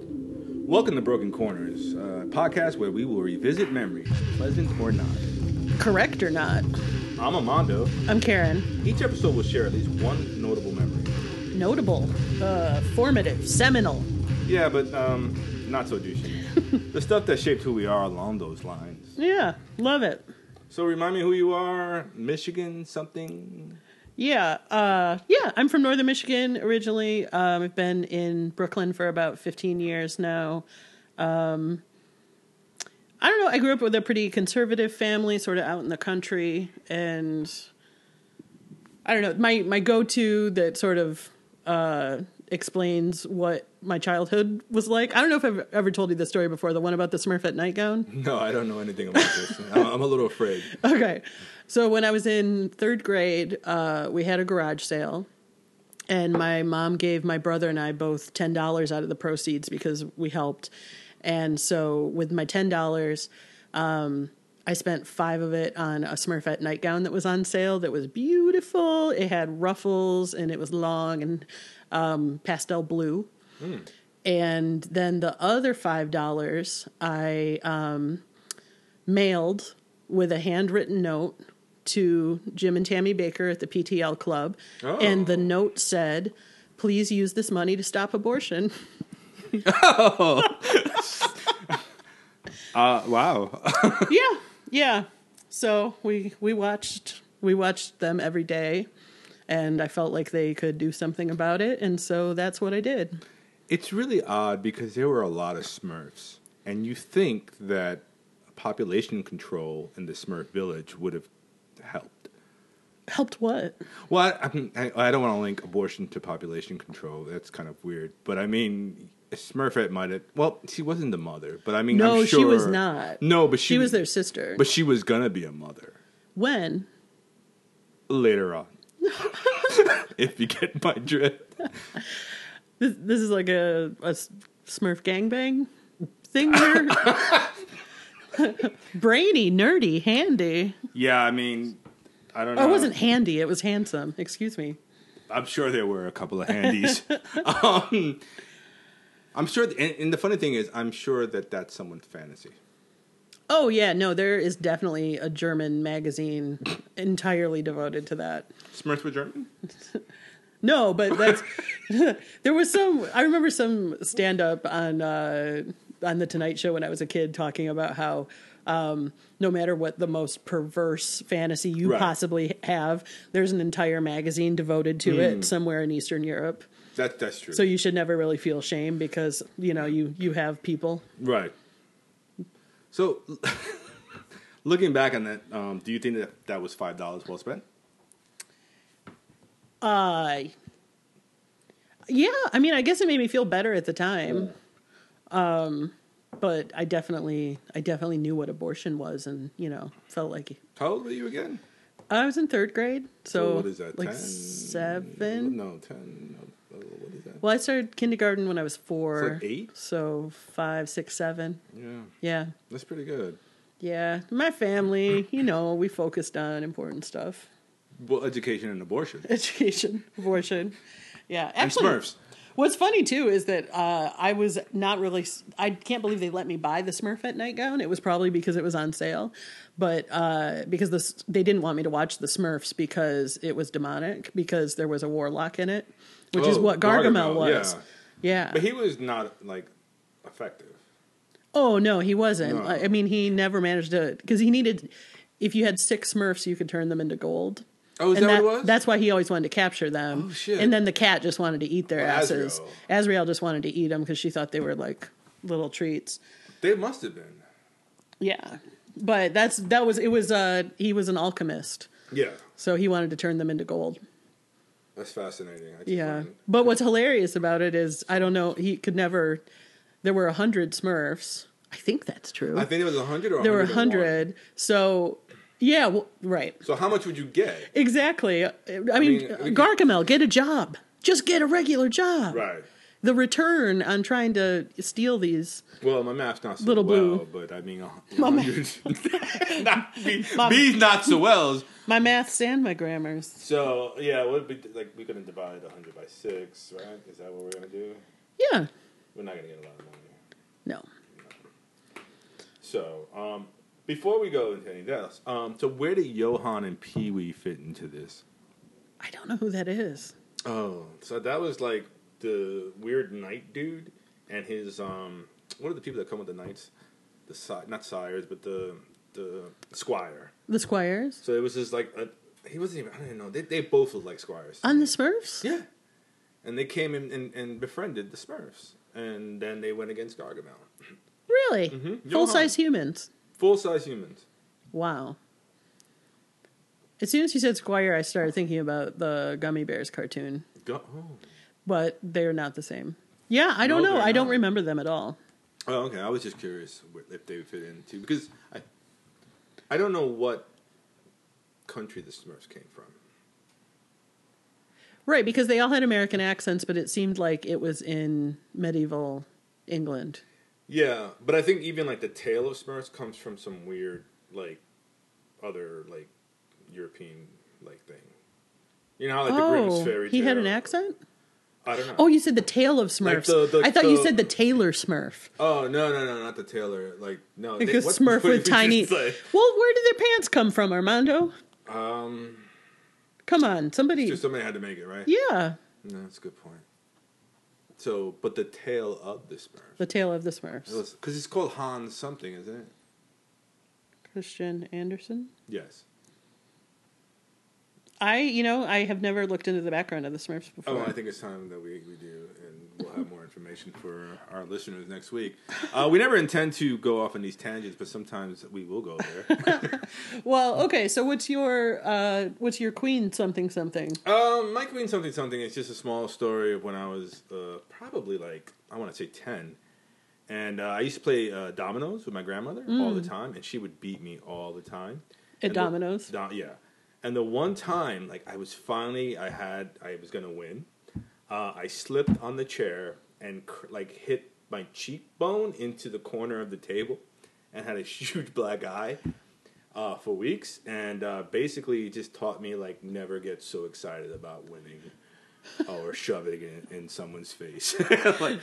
Welcome to Broken Corners, a podcast where we will revisit memories, pleasant or not. Correct or not? I'm Amando. I'm Karen. Each episode will share at least one notable memory. Notable, uh, formative, seminal. Yeah, but um, not so douchey. the stuff that shaped who we are along those lines. Yeah, love it. So remind me who you are, Michigan something. Yeah, uh, yeah. I'm from Northern Michigan originally. Um, I've been in Brooklyn for about 15 years now. Um, I don't know. I grew up with a pretty conservative family, sort of out in the country, and I don't know. My my go to that sort of uh, explains what my childhood was like. I don't know if I've ever told you this story before. The one about the Smurfette nightgown. No, I don't know anything about this. I'm, I'm a little afraid. Okay. So when I was in third grade, uh, we had a garage sale, and my mom gave my brother and I both ten dollars out of the proceeds because we helped. And so with my ten dollars, um, I spent five of it on a Smurfette nightgown that was on sale. That was beautiful. It had ruffles and it was long and um, pastel blue. And then the other five dollars, I um, mailed with a handwritten note to Jim and Tammy Baker at the PTL Club. Oh. And the note said, please use this money to stop abortion. Uh, wow. yeah. Yeah. So we we watched we watched them every day and I felt like they could do something about it and so that's what I did. It's really odd because there were a lot of Smurfs, and you think that population control in the Smurf village would have helped. Helped what? Well, I, I, mean, I- I don't want to link abortion to population control. That's kind of weird. But I mean, Smurfette might have. Well, she wasn't the mother, but I mean, No, I'm she was sure- not. No, but she, She was their sister. But she was gonna be a mother when? later on. if you get my drift, This, this is like a, a s- Smurf gangbang thing here. Brainy, nerdy, handy. yeah. I mean, I don't know. Oh, it wasn't handy, it was handsome. Excuse me. I'm sure there were a couple of handies. um, I'm sure, and, and the funny thing is, I'm sure that that's someone's fantasy. Oh, yeah, no, there is definitely a German magazine entirely devoted to that. Smurfs were German. No, but that's there was some. I remember some stand up on uh, on the Tonight Show when I was a kid talking about how um, no matter what the most perverse fantasy you Right. possibly have, there's an entire magazine devoted to it somewhere in Eastern Europe. That that's true. So you should never really feel shame because you know you you have people. right. So, looking back on that, um, do you think that that was five dollars well spent? Uh, yeah, I mean, I guess it made me feel better at the time. Um, Mm. but I definitely, I definitely knew what abortion was, and you know, felt like How old were you again? I was in third grade, so, what is that? Like 10? seven. No, ten. No, uh, what is that? Well, I started kindergarten when I was four. It's like eight? So five, six, seven. Yeah, Yeah, that's pretty good. yeah. My family, you know, we focused on important stuff: Well, education and abortion education, abortion. Yeah, and actually, Smurfs. What's funny too is that uh, I was not really. I can't believe they let me buy the Smurfette nightgown. It was probably because it was on sale, but uh, because this, they didn't want me to watch the Smurfs because it was demonic because there was a warlock in it, which is Oh, what Gargamel, Gargamel, was. yeah. Yeah. But he was not like effective. oh no, he wasn't. No. I I mean, he never managed to because he needed. If you had six Smurfs, you could turn them into gold. Oh, is and that what it was? That's why he always wanted to capture them. Oh, shit. And then the cat just wanted to eat their Oh, asses. Azrael. Azrael just wanted to eat them because she thought they were like little treats. They must have been. Yeah, but that's that was it was uh he was an alchemist, Yeah, so he wanted to turn them into gold. that's fascinating. I just Yeah, learned- but what's hilarious about it is I don't know he could never. There were a hundred Smurfs. I think that's true. I think it was a hundred or there were a 101. hundred. So yeah, well, right. So how much would you get? Exactly. I mean, mean, we could- Gargamel, get a job. Just get a regular job. Right. The return on trying to steal these. Well, my math's not so Little well, blue. but I mean, a My ma- hundred. not, B, B's not so wells. My maths and my grammars. So yeah, what would be like? We're gonna divide a hundred by six, right? Is that what we're gonna do? Yeah. We're not gonna get a lot of money. No. So, um, before we go into anything else, um, so where do Johan and Pee Wee fit into this? I don't know who that is. Oh, so that was like the weird knight dude and his um, what are the people that come with the knights? The si- not sires, but the the squire. The Squires? So it was just like a, he wasn't even. I don't even know. They they both look like squires. On the Smurfs? yeah, and they came in and, and befriended the Smurfs, and then they went against Gargamel. Really? Mhm. Full size humans. Full size humans. Wow. As soon as you said Squire, I started thinking about the Gummy Bears cartoon, Go, oh. but they're not the same. Yeah, I don't No, know. they're I don't not. remember them at all. Oh, okay. I was just curious where- if they would fit into because I, I don't know what country the Smurfs came from. Right, because they all had American accents, but it seemed like it was in medieval England. Yeah, but I think even like the tale of Smurfs comes from some weird like other like European like thing. You know, how, like the Grimm's fairy tale. Oh, he had an accent? I don't know. Oh, you said the tale of Smurfs. Like the- the- I thought you the- said the Taylor Smurf. Oh no no no not the Taylor like no they- Like a what- Smurf what with did you tiny. Well, say? where did their pants come from, Armando? um Come on, somebody. just somebody had to make it right yeah, no that's a good point so but the tale of the Smurf the tale of the Smurfs. because it's called Hans something isn't it Christian Anderson. yes I, you know, I have never looked into the background of the Smurfs before. oh I think it's time that we, we do and we'll have more information for our listeners next week uh, we never intend to go off on these tangents but sometimes we will go there Well, okay. So, what's your uh, what's your queen something something? Um, my queen something something. It's just a small story of when I was uh, probably like I want to say ten, and uh, I used to play uh, dominoes with my grandmother all the time, and she would beat me all the time. At And the- dominoes? do- yeah. And the one time, like I was finally, I had, I was gonna win. Uh, I slipped on the chair and cr- like hit my cheekbone into the corner of the table, and had a huge black eye uh, for weeks, and uh, basically just taught me like never get so excited about winning or shoving it in someone's face. Like,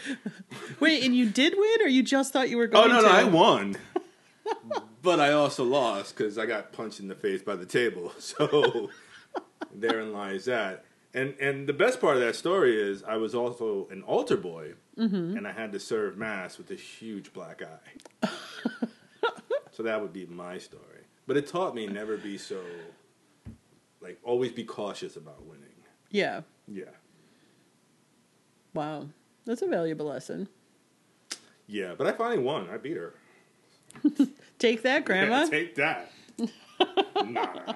Wait, and you did win, or you just thought you were oh going? no, to? no, I won, but I also lost because I got punched in the face by the table. So therein lies that. And and the best part of that story is I was also an altar boy, and I had to serve mass with a huge black eye. so that would be my story. But it taught me never be so, like always be cautious about winning. Yeah. Yeah. Wow, that's a valuable lesson. Yeah, but I finally won. I beat her. Take that, Grandma. Take that. nah.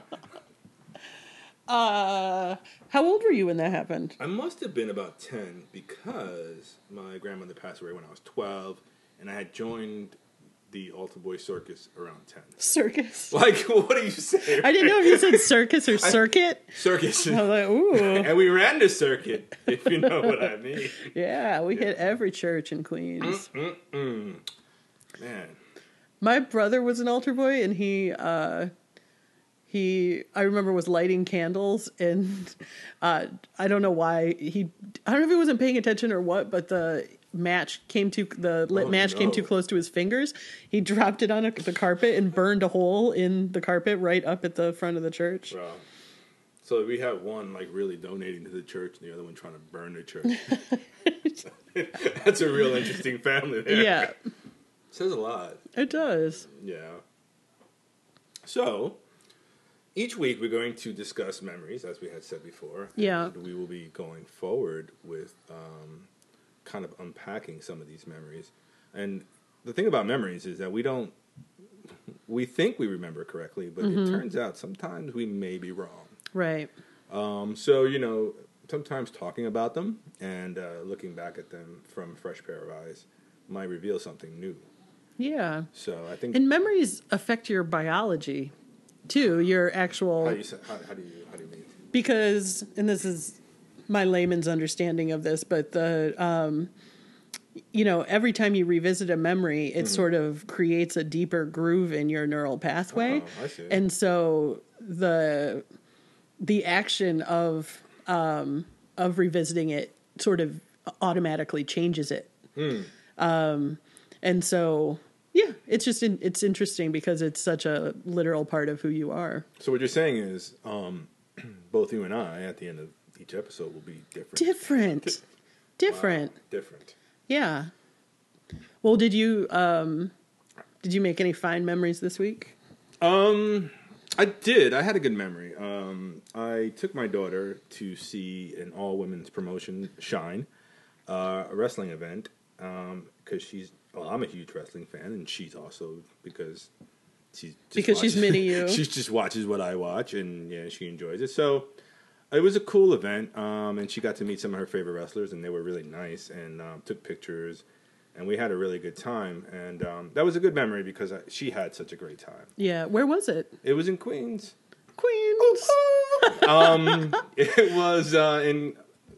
Uh, how old were you when that happened? I must have been about 10 because my grandmother passed away when I was 12 and I had joined the Altar Boy Circus around 10. Circus. Like, what do you say? I didn't know if you said circus or circuit. Circus. I was like, ooh, and we ran the circuit, if you know what I mean. yeah, we hit every church in Queens. Man. My brother was an altar boy, and he, uh, he, I remember was lighting candles, and uh, I don't know why he, I don't know if he wasn't paying attention or what, but the match came too, the lit Oh, match came no. too close to his fingers. He dropped it on a, the carpet and burned a hole in the carpet right up at the front of the church. Bro. So we have one like really donating to the church and the other one trying to burn the church. That's a real interesting family there. Yeah, Says a lot. it does. Yeah. So, each week we're going to discuss memories, as we had said before. Yeah. And we will be going forward with um, kind of unpacking some of these memories. And the thing about memories is that we don't, we think we remember correctly, but Mm-hmm. it turns out sometimes we may be wrong. Right. Um, so, you know, sometimes talking about them and uh, looking back at them from a fresh pair of eyes might reveal something new. Yeah. So, I think. And memories affect your biology too, your how do actual you say, how, how do you how do you mean? because and this is my layman's understanding of this, but the um you know, every time you revisit a memory, Mm-hmm. it sort of creates a deeper groove in your neural pathway. Oh, I see. And so the the action of um Hmm. of revisiting it sort of automatically changes it Um, And so, yeah, it's just in, it's interesting because it's such a literal part of who you are. So what you're saying is, um, both you and I, at the end of each episode, will be different. Different, different, Wow, different. yeah. Well, did you um, did you make any fine memories this week? Um, I did. I had a good memory. Um, I took my daughter to see an all women's promotion, Shine, uh, a wrestling event. Um, because she's well, I'm a huge wrestling fan, and she's also because she's just Because she's watches- mini you. she just watches what I watch, and yeah, she enjoys it. So. It was a cool event, um, and she got to meet some of her favorite wrestlers, and they were really nice and um, took pictures, and we had a really good time, and um, that was a good memory because I, she had such a great time. Yeah, where was it? It Oh, was in Queens. Queens. Um, it was uh, in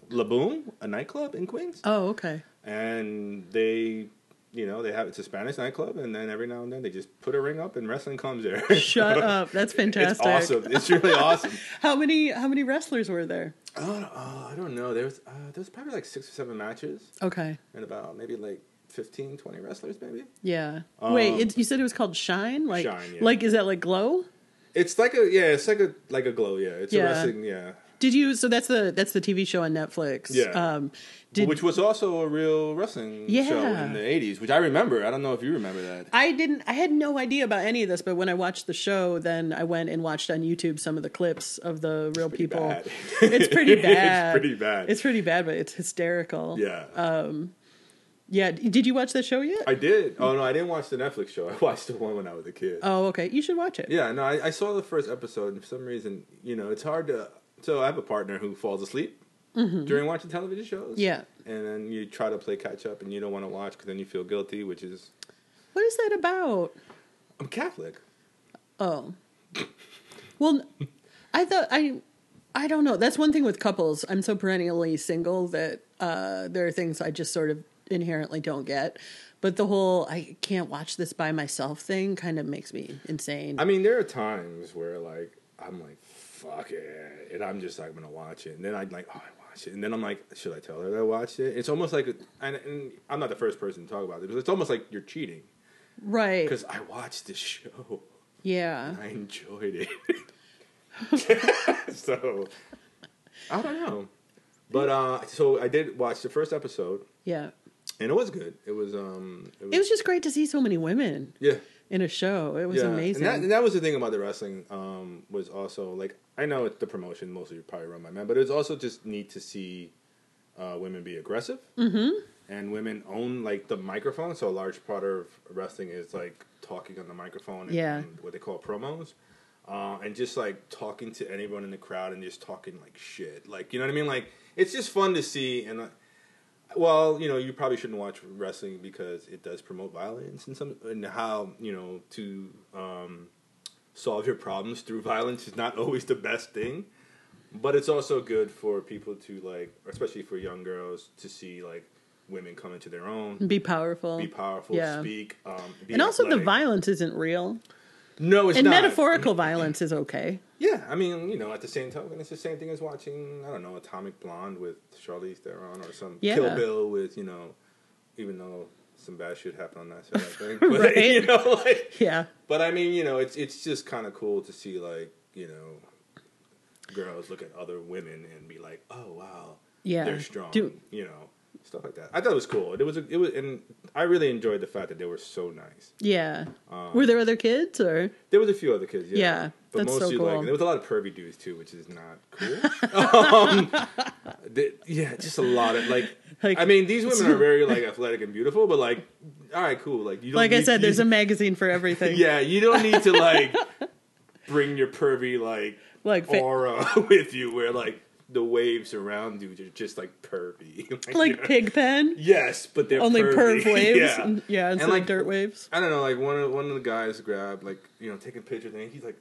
Laboom, a nightclub in Queens, Oh, okay. and they, you know, they have it's a Spanish nightclub, and then every now and then they just put a ring up, and wrestling comes there. Shut up. it's That's fantastic. awesome. It's really awesome. How many how many wrestlers were there? I don't, uh, I don't know. There was uh, there was probably like six or seven matches, Okay. and about maybe like 15, 20 wrestlers, maybe. Yeah. Um, Wait, it, you said it was called Shine? Like Shine, yeah. like is that like glow? It's like a yeah, it's like a like a glow. Yeah, it's a Yeah. wrestling. Yeah, Did you so that's the that's the TV show on Netflix. Yeah. Um did which was also a real wrestling show Yeah. in the '80s, which I remember. I don't know if you remember that. I didn't I had no idea about any of this, but when I watched the show, then I went and watched on YouTube some of the clips of the real people. bad. It's pretty It's bad. pretty bad. It's uh, pretty bad, but it's hysterical. Yeah. Yeah. Did you watch the show yet? I did. Oh, no, I didn't watch the Netflix show. I watched the one when I was a kid. oh, okay. You should watch it. yeah, no, I, I saw the first episode, and for some reason, you know, it's hard to. So I have a partner who falls asleep during watching television shows. Mm-hmm. Yeah. And then you try to play catch up, and you don't want to watch because then you feel guilty, which is. What is that about? I'm Catholic. Oh. Well, n- I thought I I don't know. That's one thing with couples. I'm so perennially single that uh there are things I just sort of inherently don't get. But the whole I can't watch this by myself thing kind of makes me insane. I mean, there are times where, like, I'm like, fuck it. And I'm just like, I'm going to watch it. And then I'm like, oh, I watched it. And then I'm like, should I tell her that I watched it? It's almost like, and, and I'm not the first person to talk about this, but it's almost like you're cheating. right. because I watched this show. Yeah. I enjoyed it. so I don't know, but uh, so I did watch the first episode, Yeah. and it was good. It was um, it was, It was just great to see so many women yeah, in a show. It was yeah. amazing. And that, and that was the thing about the wrestling um was also like I know it's the promotion mostly probably run by men, but it was also just neat to see uh, women be aggressive. Mm-hmm. And women own like the microphone, so a large part of wrestling is like talking on the microphone and, Yeah. and what they call promos, uh, and just like talking to anyone in the crowd and just talking like shit, like you know what I mean? Like it's just fun to see. And uh, well, you know, you probably shouldn't watch wrestling because it does promote violence and some and how you know to um, solve your problems through violence is not always the best thing but it's also good for people to like especially for young girls to see like women come into their own be powerful. be powerful Mm-hmm. Yeah. speak um be and also the athletic. violence isn't real. no it's and not metaphorical violence is okay. yeah i mean you know at the same time it's the same thing as watching i don't know atomic blonde with charlize theron or some kill Yeah. bill with you know even though some bad shit happened on that show i think but you Right. know like Yeah. But I mean, you know, it's it's just kind of cool to see like you know, girls look at other women and be like, oh wow, Yeah. they're strong, Do- you know, stuff like that. I thought it was cool. It was a, it was, and I really enjoyed the fact that they were so nice. Yeah. Uh, Were there other kids or? There was a few other kids, yeah, Yeah, but that's so mostly like cool. there was a lot of pervy dudes too, which is not cool. um, the- yeah, just a lot of like. Like- I mean, these women are very like athletic and beautiful, but like, all right, cool. Like you, don't Like I need- said, there's you- a magazine for everything. Yeah, you don't need to like bring your pervy like Like fa- aura with you, where like the waves around you are just like pervy. Like Pigpen, yes, but they're only pervy. perv waves. yeah. Yeah, yeah instead like- of dirt waves. I don't know. Like one of one of the guys grabbed like you know taking pictures and he's like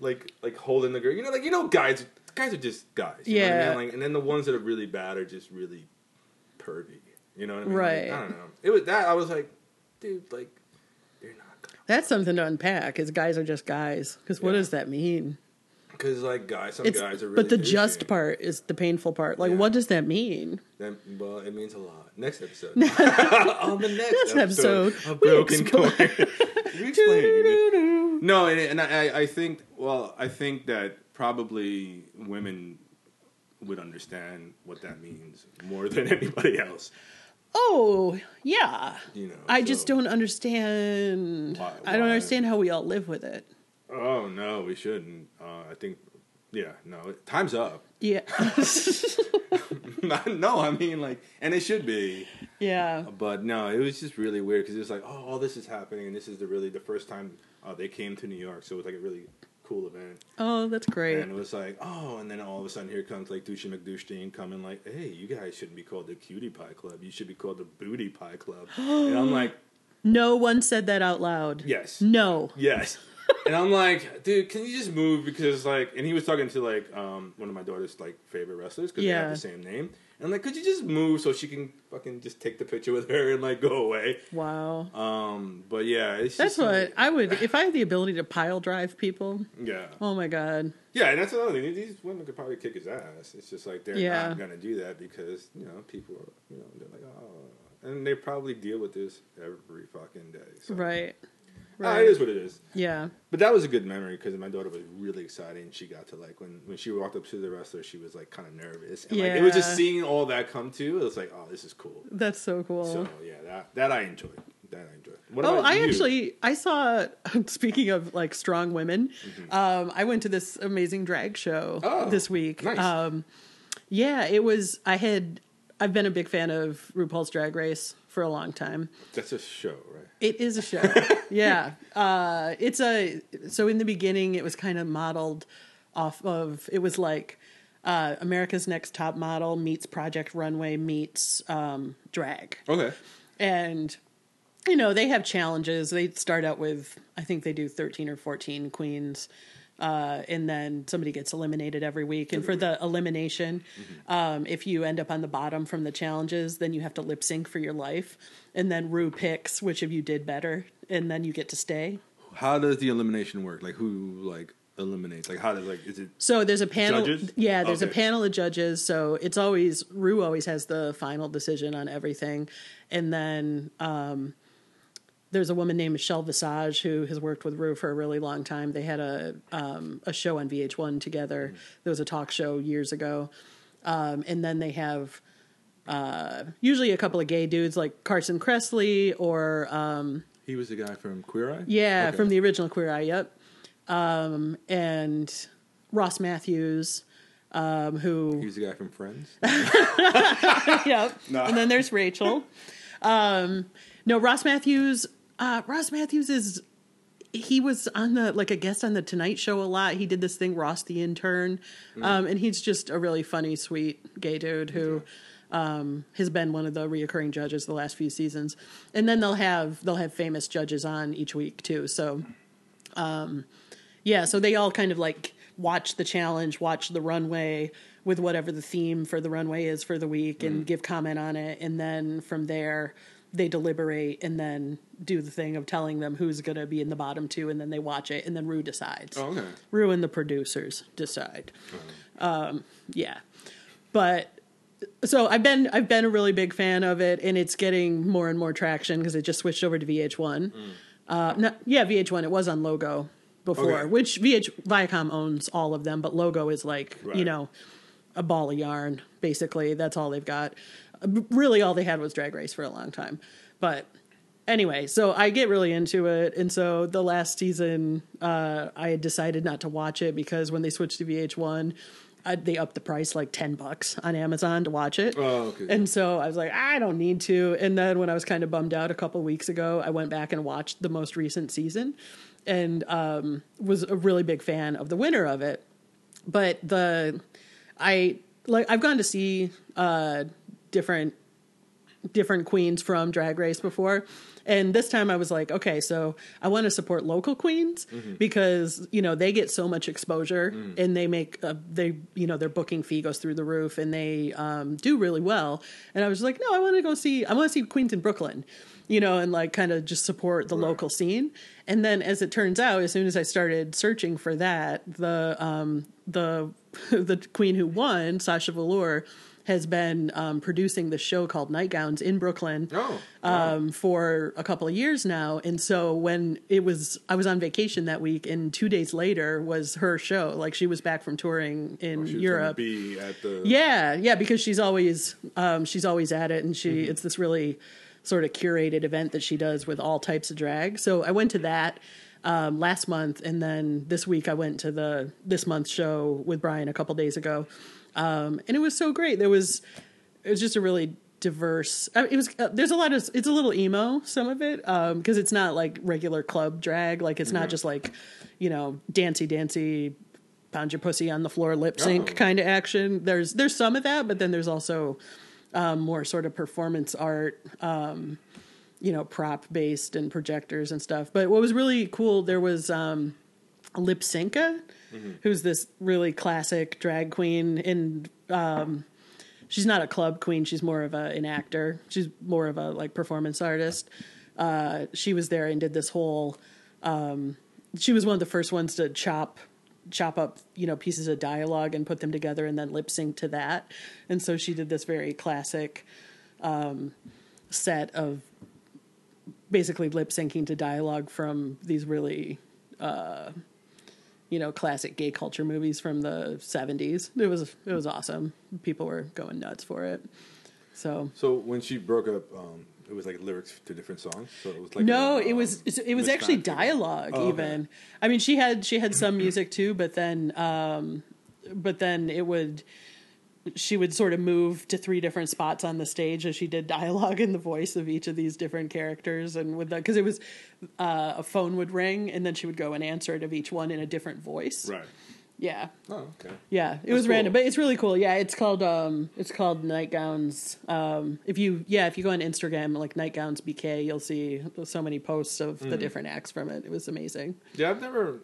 like like holding the girl. You know, like you know guys guys are just guys. You Know what I Yeah. mean? Like, and then the ones that are really bad are just really pervy. You know what I mean? Like, Right. I don't know. It was that I was like, dude, like they're not. That's something to unpack. Is guys are just guys. Because what Yeah. does that mean? Because like guys, some It's, guys are really. but the douchey. just part is the painful part. Like, Yeah. what does that mean? That, well, it means a lot. Next episode. On the next Next episode, episode, of we broken explain- cord. we explain it. No, and, and I, I think well, I think that probably women would understand what that means more than anybody else. Oh, yeah. You know, I so- just don't understand. Why- I don't why? understand how we all live with it. Oh no, we shouldn't. Uh, I think, yeah, no, time's up. Yeah. no, I mean like, and it should be, yeah. but no, it was just really weird because it was like, oh, all this is happening, and this is the really the first time uh, they came to New York, so it was like a really cool event. Oh, that's great. And it was like, oh, and then all of a sudden here comes like Dusha McDushteen coming like, hey, you guys shouldn't be called the Cutie Pie Club. You should be called the Booty Pie Club. and I'm like, No one said that out loud. yes, No. yes. and I'm like, dude, can you just move? Because like, and he was talking to like um, one of my daughter's like favorite wrestlers because they Yeah. have the same name. And I'm like, could you just move so she can fucking just take the picture with her and like go away? Wow. Um, but yeah, it's That's just, what I would if I had the ability to pile drive people. Yeah. Oh my god. Yeah, and that's another thing. These women could probably kick his ass. It's just like they're Yeah. not gonna do that because you know people are you know they're like oh, and they probably deal with this every fucking day. So, Right. Ah, it is what it is. Yeah. But that was a good memory because my daughter was really excited and she got to like when when she walked up to the wrestler, she was like kind of nervous. And like it was Yeah. just seeing all that come to. It was like oh, this is cool. That's so cool. So yeah, that that I enjoyed. That I enjoyed. What Oh, about I you? actually I saw. Speaking of like strong women, um, I went to this amazing drag show Mm-hmm. Oh, this week. nice. Um, yeah, it was. I had. I've been a big fan of RuPaul's Drag Race for a long time. that's a show, right? It is a show. yeah. Uh, it's a so in the beginning it was kind of modeled off of it was like uh, America's Next Top Model meets Project Runway meets um, drag. Okay. And you know, they have challenges. They start out with I think they do 13 or 14 queens. Uh, and then somebody gets eliminated every week. And for the elimination, um, if you end up on the bottom from the challenges, then you have to lip sync for your life. And then Rue picks which of you did better, and then you get to stay. How does the elimination work? Like who like eliminates? Like how does like is it So there's a panel. Judges? Yeah, there's a Okay. panel of judges. So it's always Rue always has the final decision on everything, and then um, there's a woman named Michelle Visage who has worked with Rue for a really long time. They had a um, a show on VH1 together. There was a talk show years ago, um, and then they have uh, usually a couple of gay dudes like Carson Kressley or He was the guy from Queer Eye. yeah, Okay. from the original Queer Eye. Yep. Um, and Ross Matthews, um, He who was the guy from Friends. yep. No. And then there's Rachel. um, no, Ross Matthews. Uh, Ross Matthews is he was on the like a guest on the Tonight Show a lot. He did this thing, Ross the Intern, um, and he's just a really funny, sweet gay dude who. Um, has been one of the reoccurring judges the last few seasons, and then they'll have they'll have famous judges on each week too. So um, Yeah, so they all kind of like watch the challenge, watch the runway with whatever the theme for the runway is for the week and give comment on it. And then from there, they deliberate and then do the thing of telling them who's going to be in the bottom two. And then they watch it. And then Rue decides. Oh, okay. Rue and the producers decide. Um, yeah. But. So I've been I've been a really big fan of it, and it's getting more and more traction because it just switched over to Mm. VH1. Uh, not, yeah, VH1. It was on Logo before, Okay. which VH Viacom owns all of them, but Logo is like you Right. know a ball of yarn. Basically, that's all they've got. Uh, b- Really, all they had was Drag Race for a long time. But anyway, so I get really into it, and so the last season, uh, I had decided not to watch it because when they switched to VH1. I, they upped the price like 10 bucks on Amazon to watch it. Oh, okay. And so I was like, I don't need to. And then when I was kind of bummed out a couple weeks ago, I went back and watched the most recent season and um, was a really big fan of the winner of it. But the, I, like, I've gone to see uh, different different queens from Drag Race before. And this time I was like, okay, so I want to support local queens because, you know, they get so much exposure and they make, a, they, you know, their booking fee goes through the roof and they um, do really well. And I was like, no, I want to go see, I want to see queens in Brooklyn, you know, and like kind of just support the local scene. And then as it turns out, as soon as I started searching for that, the, um, the, the queen who won, Sasha Velour, has been um, producing this show called Nightgowns in Brooklyn Oh, wow. um, for a couple of years now. And so when it was, I was on vacation that week, and two days later was her show. Like she was back from touring in Oh, She was gonna Europe. Be at the Yeah, yeah, because she's always um, she's always at it, and she it's this really sort of curated event that she does with all types of drag. So I went to that um, last month, and then this week I went to the this month's show with Brian a couple days ago, um, and it was so great. There was it was just a really diverse. I it was uh, there's a lot of it's a little emo some of it because it's not like regular club drag. Like it's not just like you know dancy dancy pound your pussy on the floor lip sync Oh. kind of action. There's there's some of that, but then there's also um, more sort of performance art, um, you know, prop based and projectors and stuff. But what was really cool, there was um, Lipsinka, who's this really classic drag queen, and um, she's not a club queen. She's more of a, an actor. She's more of a like performance artist. Uh, she was there and did this whole um, she was one of the first ones to chop chop up you know pieces of dialogue and put them together and then lip sync to that and so she did this very classic um, set of basically lip syncing to dialogue from these really uh, you know classic gay culture movies from the 70s it was it was awesome people were going nuts for it so So when she broke up, um, it was like lyrics to different songs. So it was like no a, it was um, it was actually mismatch. dialogue Oh, okay. even i mean she had she had some music too but then um but then it would she would sort of move to three different spots on the stage as she did dialogue in the voice of each of these different characters and with the because it was uh, a phone would ring and then she would go and answer it of each one in a different voice um, Right. yeah Oh, okay. yeah, it That's was random, cool. but it's really cool. Yeah, it's called um, it's called nightgowns. Um, if you yeah, if you go on Instagram like nightgowns BK, you'll see so many posts of Mm. the different acts from it. It was amazing. Yeah, I've never.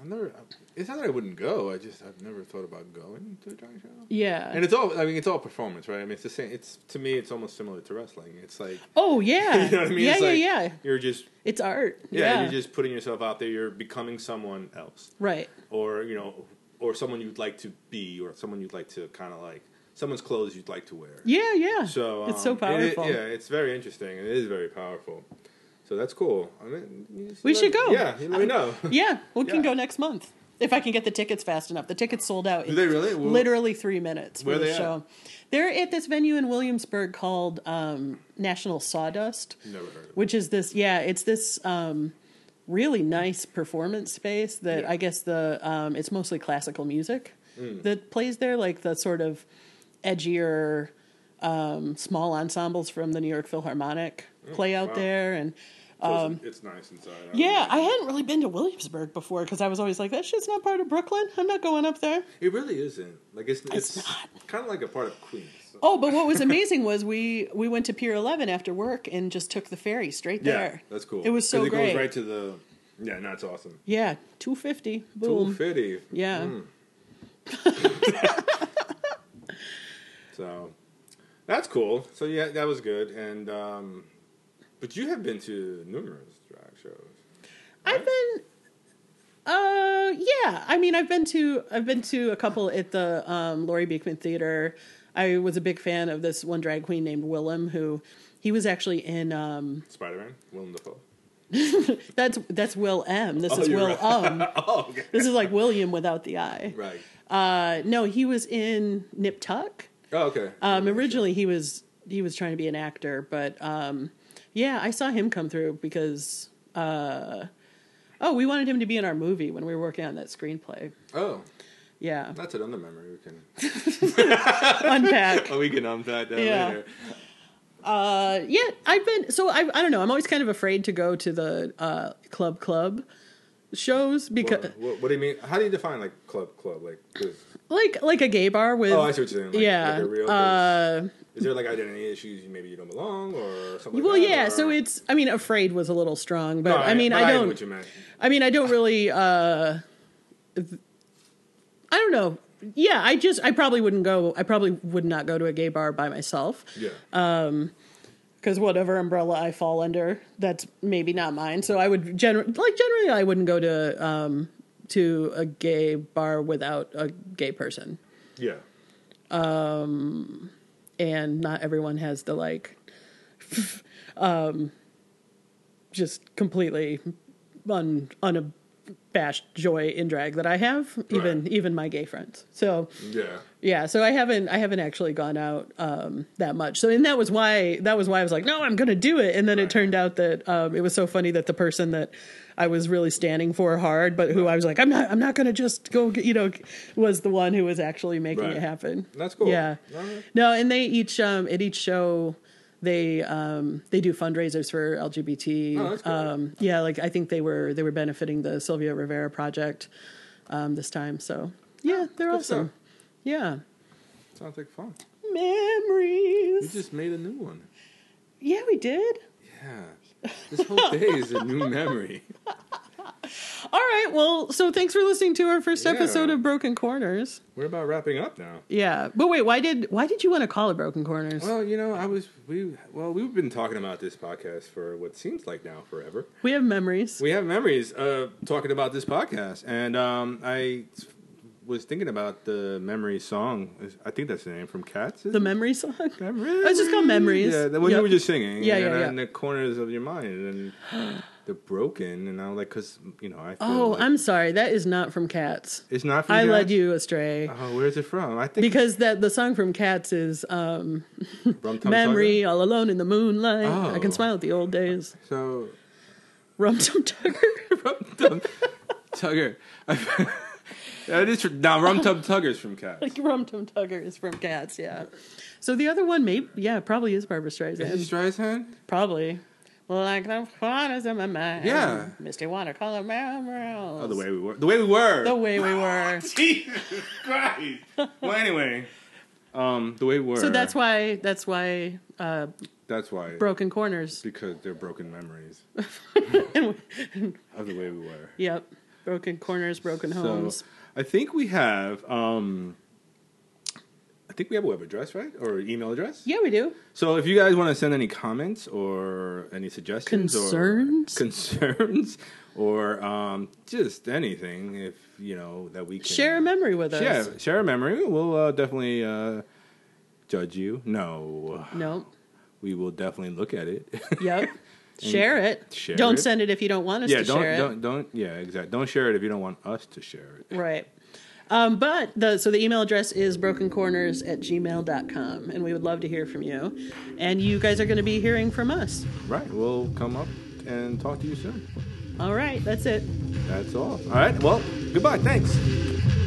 I've never. It's not that I wouldn't go. I just I've never thought about going to a drag show. Yeah. And it's all. I mean, it's all performance, right? I mean, it's the same. It's to me, it's almost similar to wrestling. It's like oh yeah, you know what I mean. yeah, it's yeah, like yeah. You're just It's art. yeah, Yeah, You're just putting yourself out there. You're becoming someone else, right. or you know, or someone you'd like to be, or someone you'd like to kind of like someone's clothes you'd like to wear. Yeah, yeah. So um, it's so and it- powerful. yeah, it's very interesting. and It is very powerful. So that's cool. I mean, you just We let- should go. Yeah, you let me know. Yeah, we Yeah. can go next month if I can get the tickets fast enough. The tickets sold out. Do they really? Well- literally three minutes for Where the they at? show. They're at this venue in Williamsburg called um, National Sawdust, Never heard of it. which is this. Yeah, it's this. Um, Really nice performance space that Yeah. Mm. I guess the um, it's mostly classical music that plays there, like the sort of edgier um, small ensembles from the New York Philharmonic play out Oh, wow. there, and So it's- it's nice inside. I um, yeah, don't know. I hadn't really been to Williamsburg before because I was always like, that shit's not part of Brooklyn. I'm not going up there. it really isn't. Like it's it's, not. kind of like a part of Queens. Oh, but what was amazing was we we went to Pier 11 after work and just took the ferry straight yeah, there. that's cool. It was 'Cause so it great. goes right to the. Yeah, no, it's awesome. Yeah, 250. Two Boom. fifty. Mm. Yeah. So that's cool. So yeah, that was good. And um, but you have been to numerous drag shows. I've been uh yeah, I mean I've been to I've been to a couple at the um Laurie Beekman Theater. I was a big fan of this one drag queen named Willem who he was actually in um Spider Man, Willem Dafoe. that's that's Will M. This Oh, is you're Will right. Um. Oh, okay. This is like William without the I. right. Uh, no, he was in Nip Tuck. Oh, okay. Um, originally, he was he was trying to be an actor, but um, yeah, I saw him come through because uh, oh, we wanted him to be in our movie when we were working on that screenplay. oh, Yeah, that's another memory we can. unpack. Oh, we can unpack that Yeah. later. Uh, yeah, I've been so I I don't know. I'm always kind of afraid to go to the uh, club club shows because What, what, what do you mean? How do you define like club club? Like, 'cause- like like a gay bar with oh, I see what you're saying. Like, yeah. Uh, like a real- 'cause is there like identity issues? You maybe you don't belong or something. well, like that, yeah. or- So it's I mean, afraid was a little strong, but No, I, mean, but I knew don't. what you meant. I mean, I don't really. Uh, I don't know. Yeah, I just I probably wouldn't go. I probably would not go to a gay bar by myself Yeah. Uh, because whatever umbrella I fall under, that's maybe not mine. So I would generally like generally I wouldn't go to um to a gay bar without a gay person, yeah. and not everyone has the like, um, just completely un unabashed joy in drag that I have. Even Right. even my gay friends. So Yeah. Yeah, so I haven't I haven't actually gone out um, that much. So and that was why that was why I was like, no, I'm going to do it. And then it Right. turned out that um, it was so funny that the person that I was really standing for hard, but who I was like, I'm not I'm not going to just go, get, you know, was the one who was actually making Right. it happen. That's cool. Yeah. Alright. No, and they each um, at each show they um, they do fundraisers for LGBT. Oh, that's cool. um, yeah, like I think they were they were benefiting the Sylvia Rivera project um, this time. So yeah, they're Oh, good awesome. stuff. Yeah. Sounds like fun. We Memories. just made a new one. yeah, we did. Yeah. This whole day is a new memory. All right. Well, so thanks for listening to our first Yeah. episode of Broken Corners. We're about wrapping up now. Yeah. But wait, why did why did you want to call it Broken Corners? Well, you know, I was we well, we've been talking about this podcast for what seems like now forever. we have memories. We have memories of talking about this podcast, and um, I was thinking about the memory song. I think that's the name from Cats. the memory song. memories. It's just called Memories. Yeah, the one Yep. you were just singing. Yeah, and yeah, yeah. In the corners of your mind, and the broken, and I'm like, because you know, I. Feel Oh, like- I'm sorry. That is not from Cats. It's not. From I Cats? led you astray. Oh, where's it from? I think Because that the song from Cats is um, Rum Tum "Memory All Alone in the Moonlight." I Oh. can smile at the old days. Tugger. So Rum Tum Tugger. Rum Tum Tugger. that is from, now Rum Tum Tugger's from Cats. like Rum Tum Tugger is from Cats. Yeah. So the other one, maybe yeah, probably is Barbara Streisand. Is it Streisand? Probably. Like the corners of my mind. Yeah. Misty watercolor memories. Oh, the way we were. The way we were. The way we were. Jesus Christ. well, anyway, um, the way we were. so that's why that's why uh, That's why. broken corners. because they're broken memories of the way we were. Yep. Broken corners, broken homes. So I think we have. Um, I think we have a web address, right, or email address. Yeah, we do. So if you guys want to send any comments or any suggestions Concerns? or concerns or um, just anything, if you know that we can Share a memory with us. share, share a memory, we'll uh, definitely uh, judge you. No, No. we will definitely look at it. Yep. share it. Share don't it. send it if you don't want us yeah, to don't share it. don't don't yeah, exactly. Don't share it if you don't want us to share it. Right. Um, but the so the email address is brokencorners at gmail.com and we would love to hear from you. And you guys are gonna be hearing from us. Right, we'll come up and talk to you soon. All right, that's it. That's all. All right. Well, goodbye. Thanks.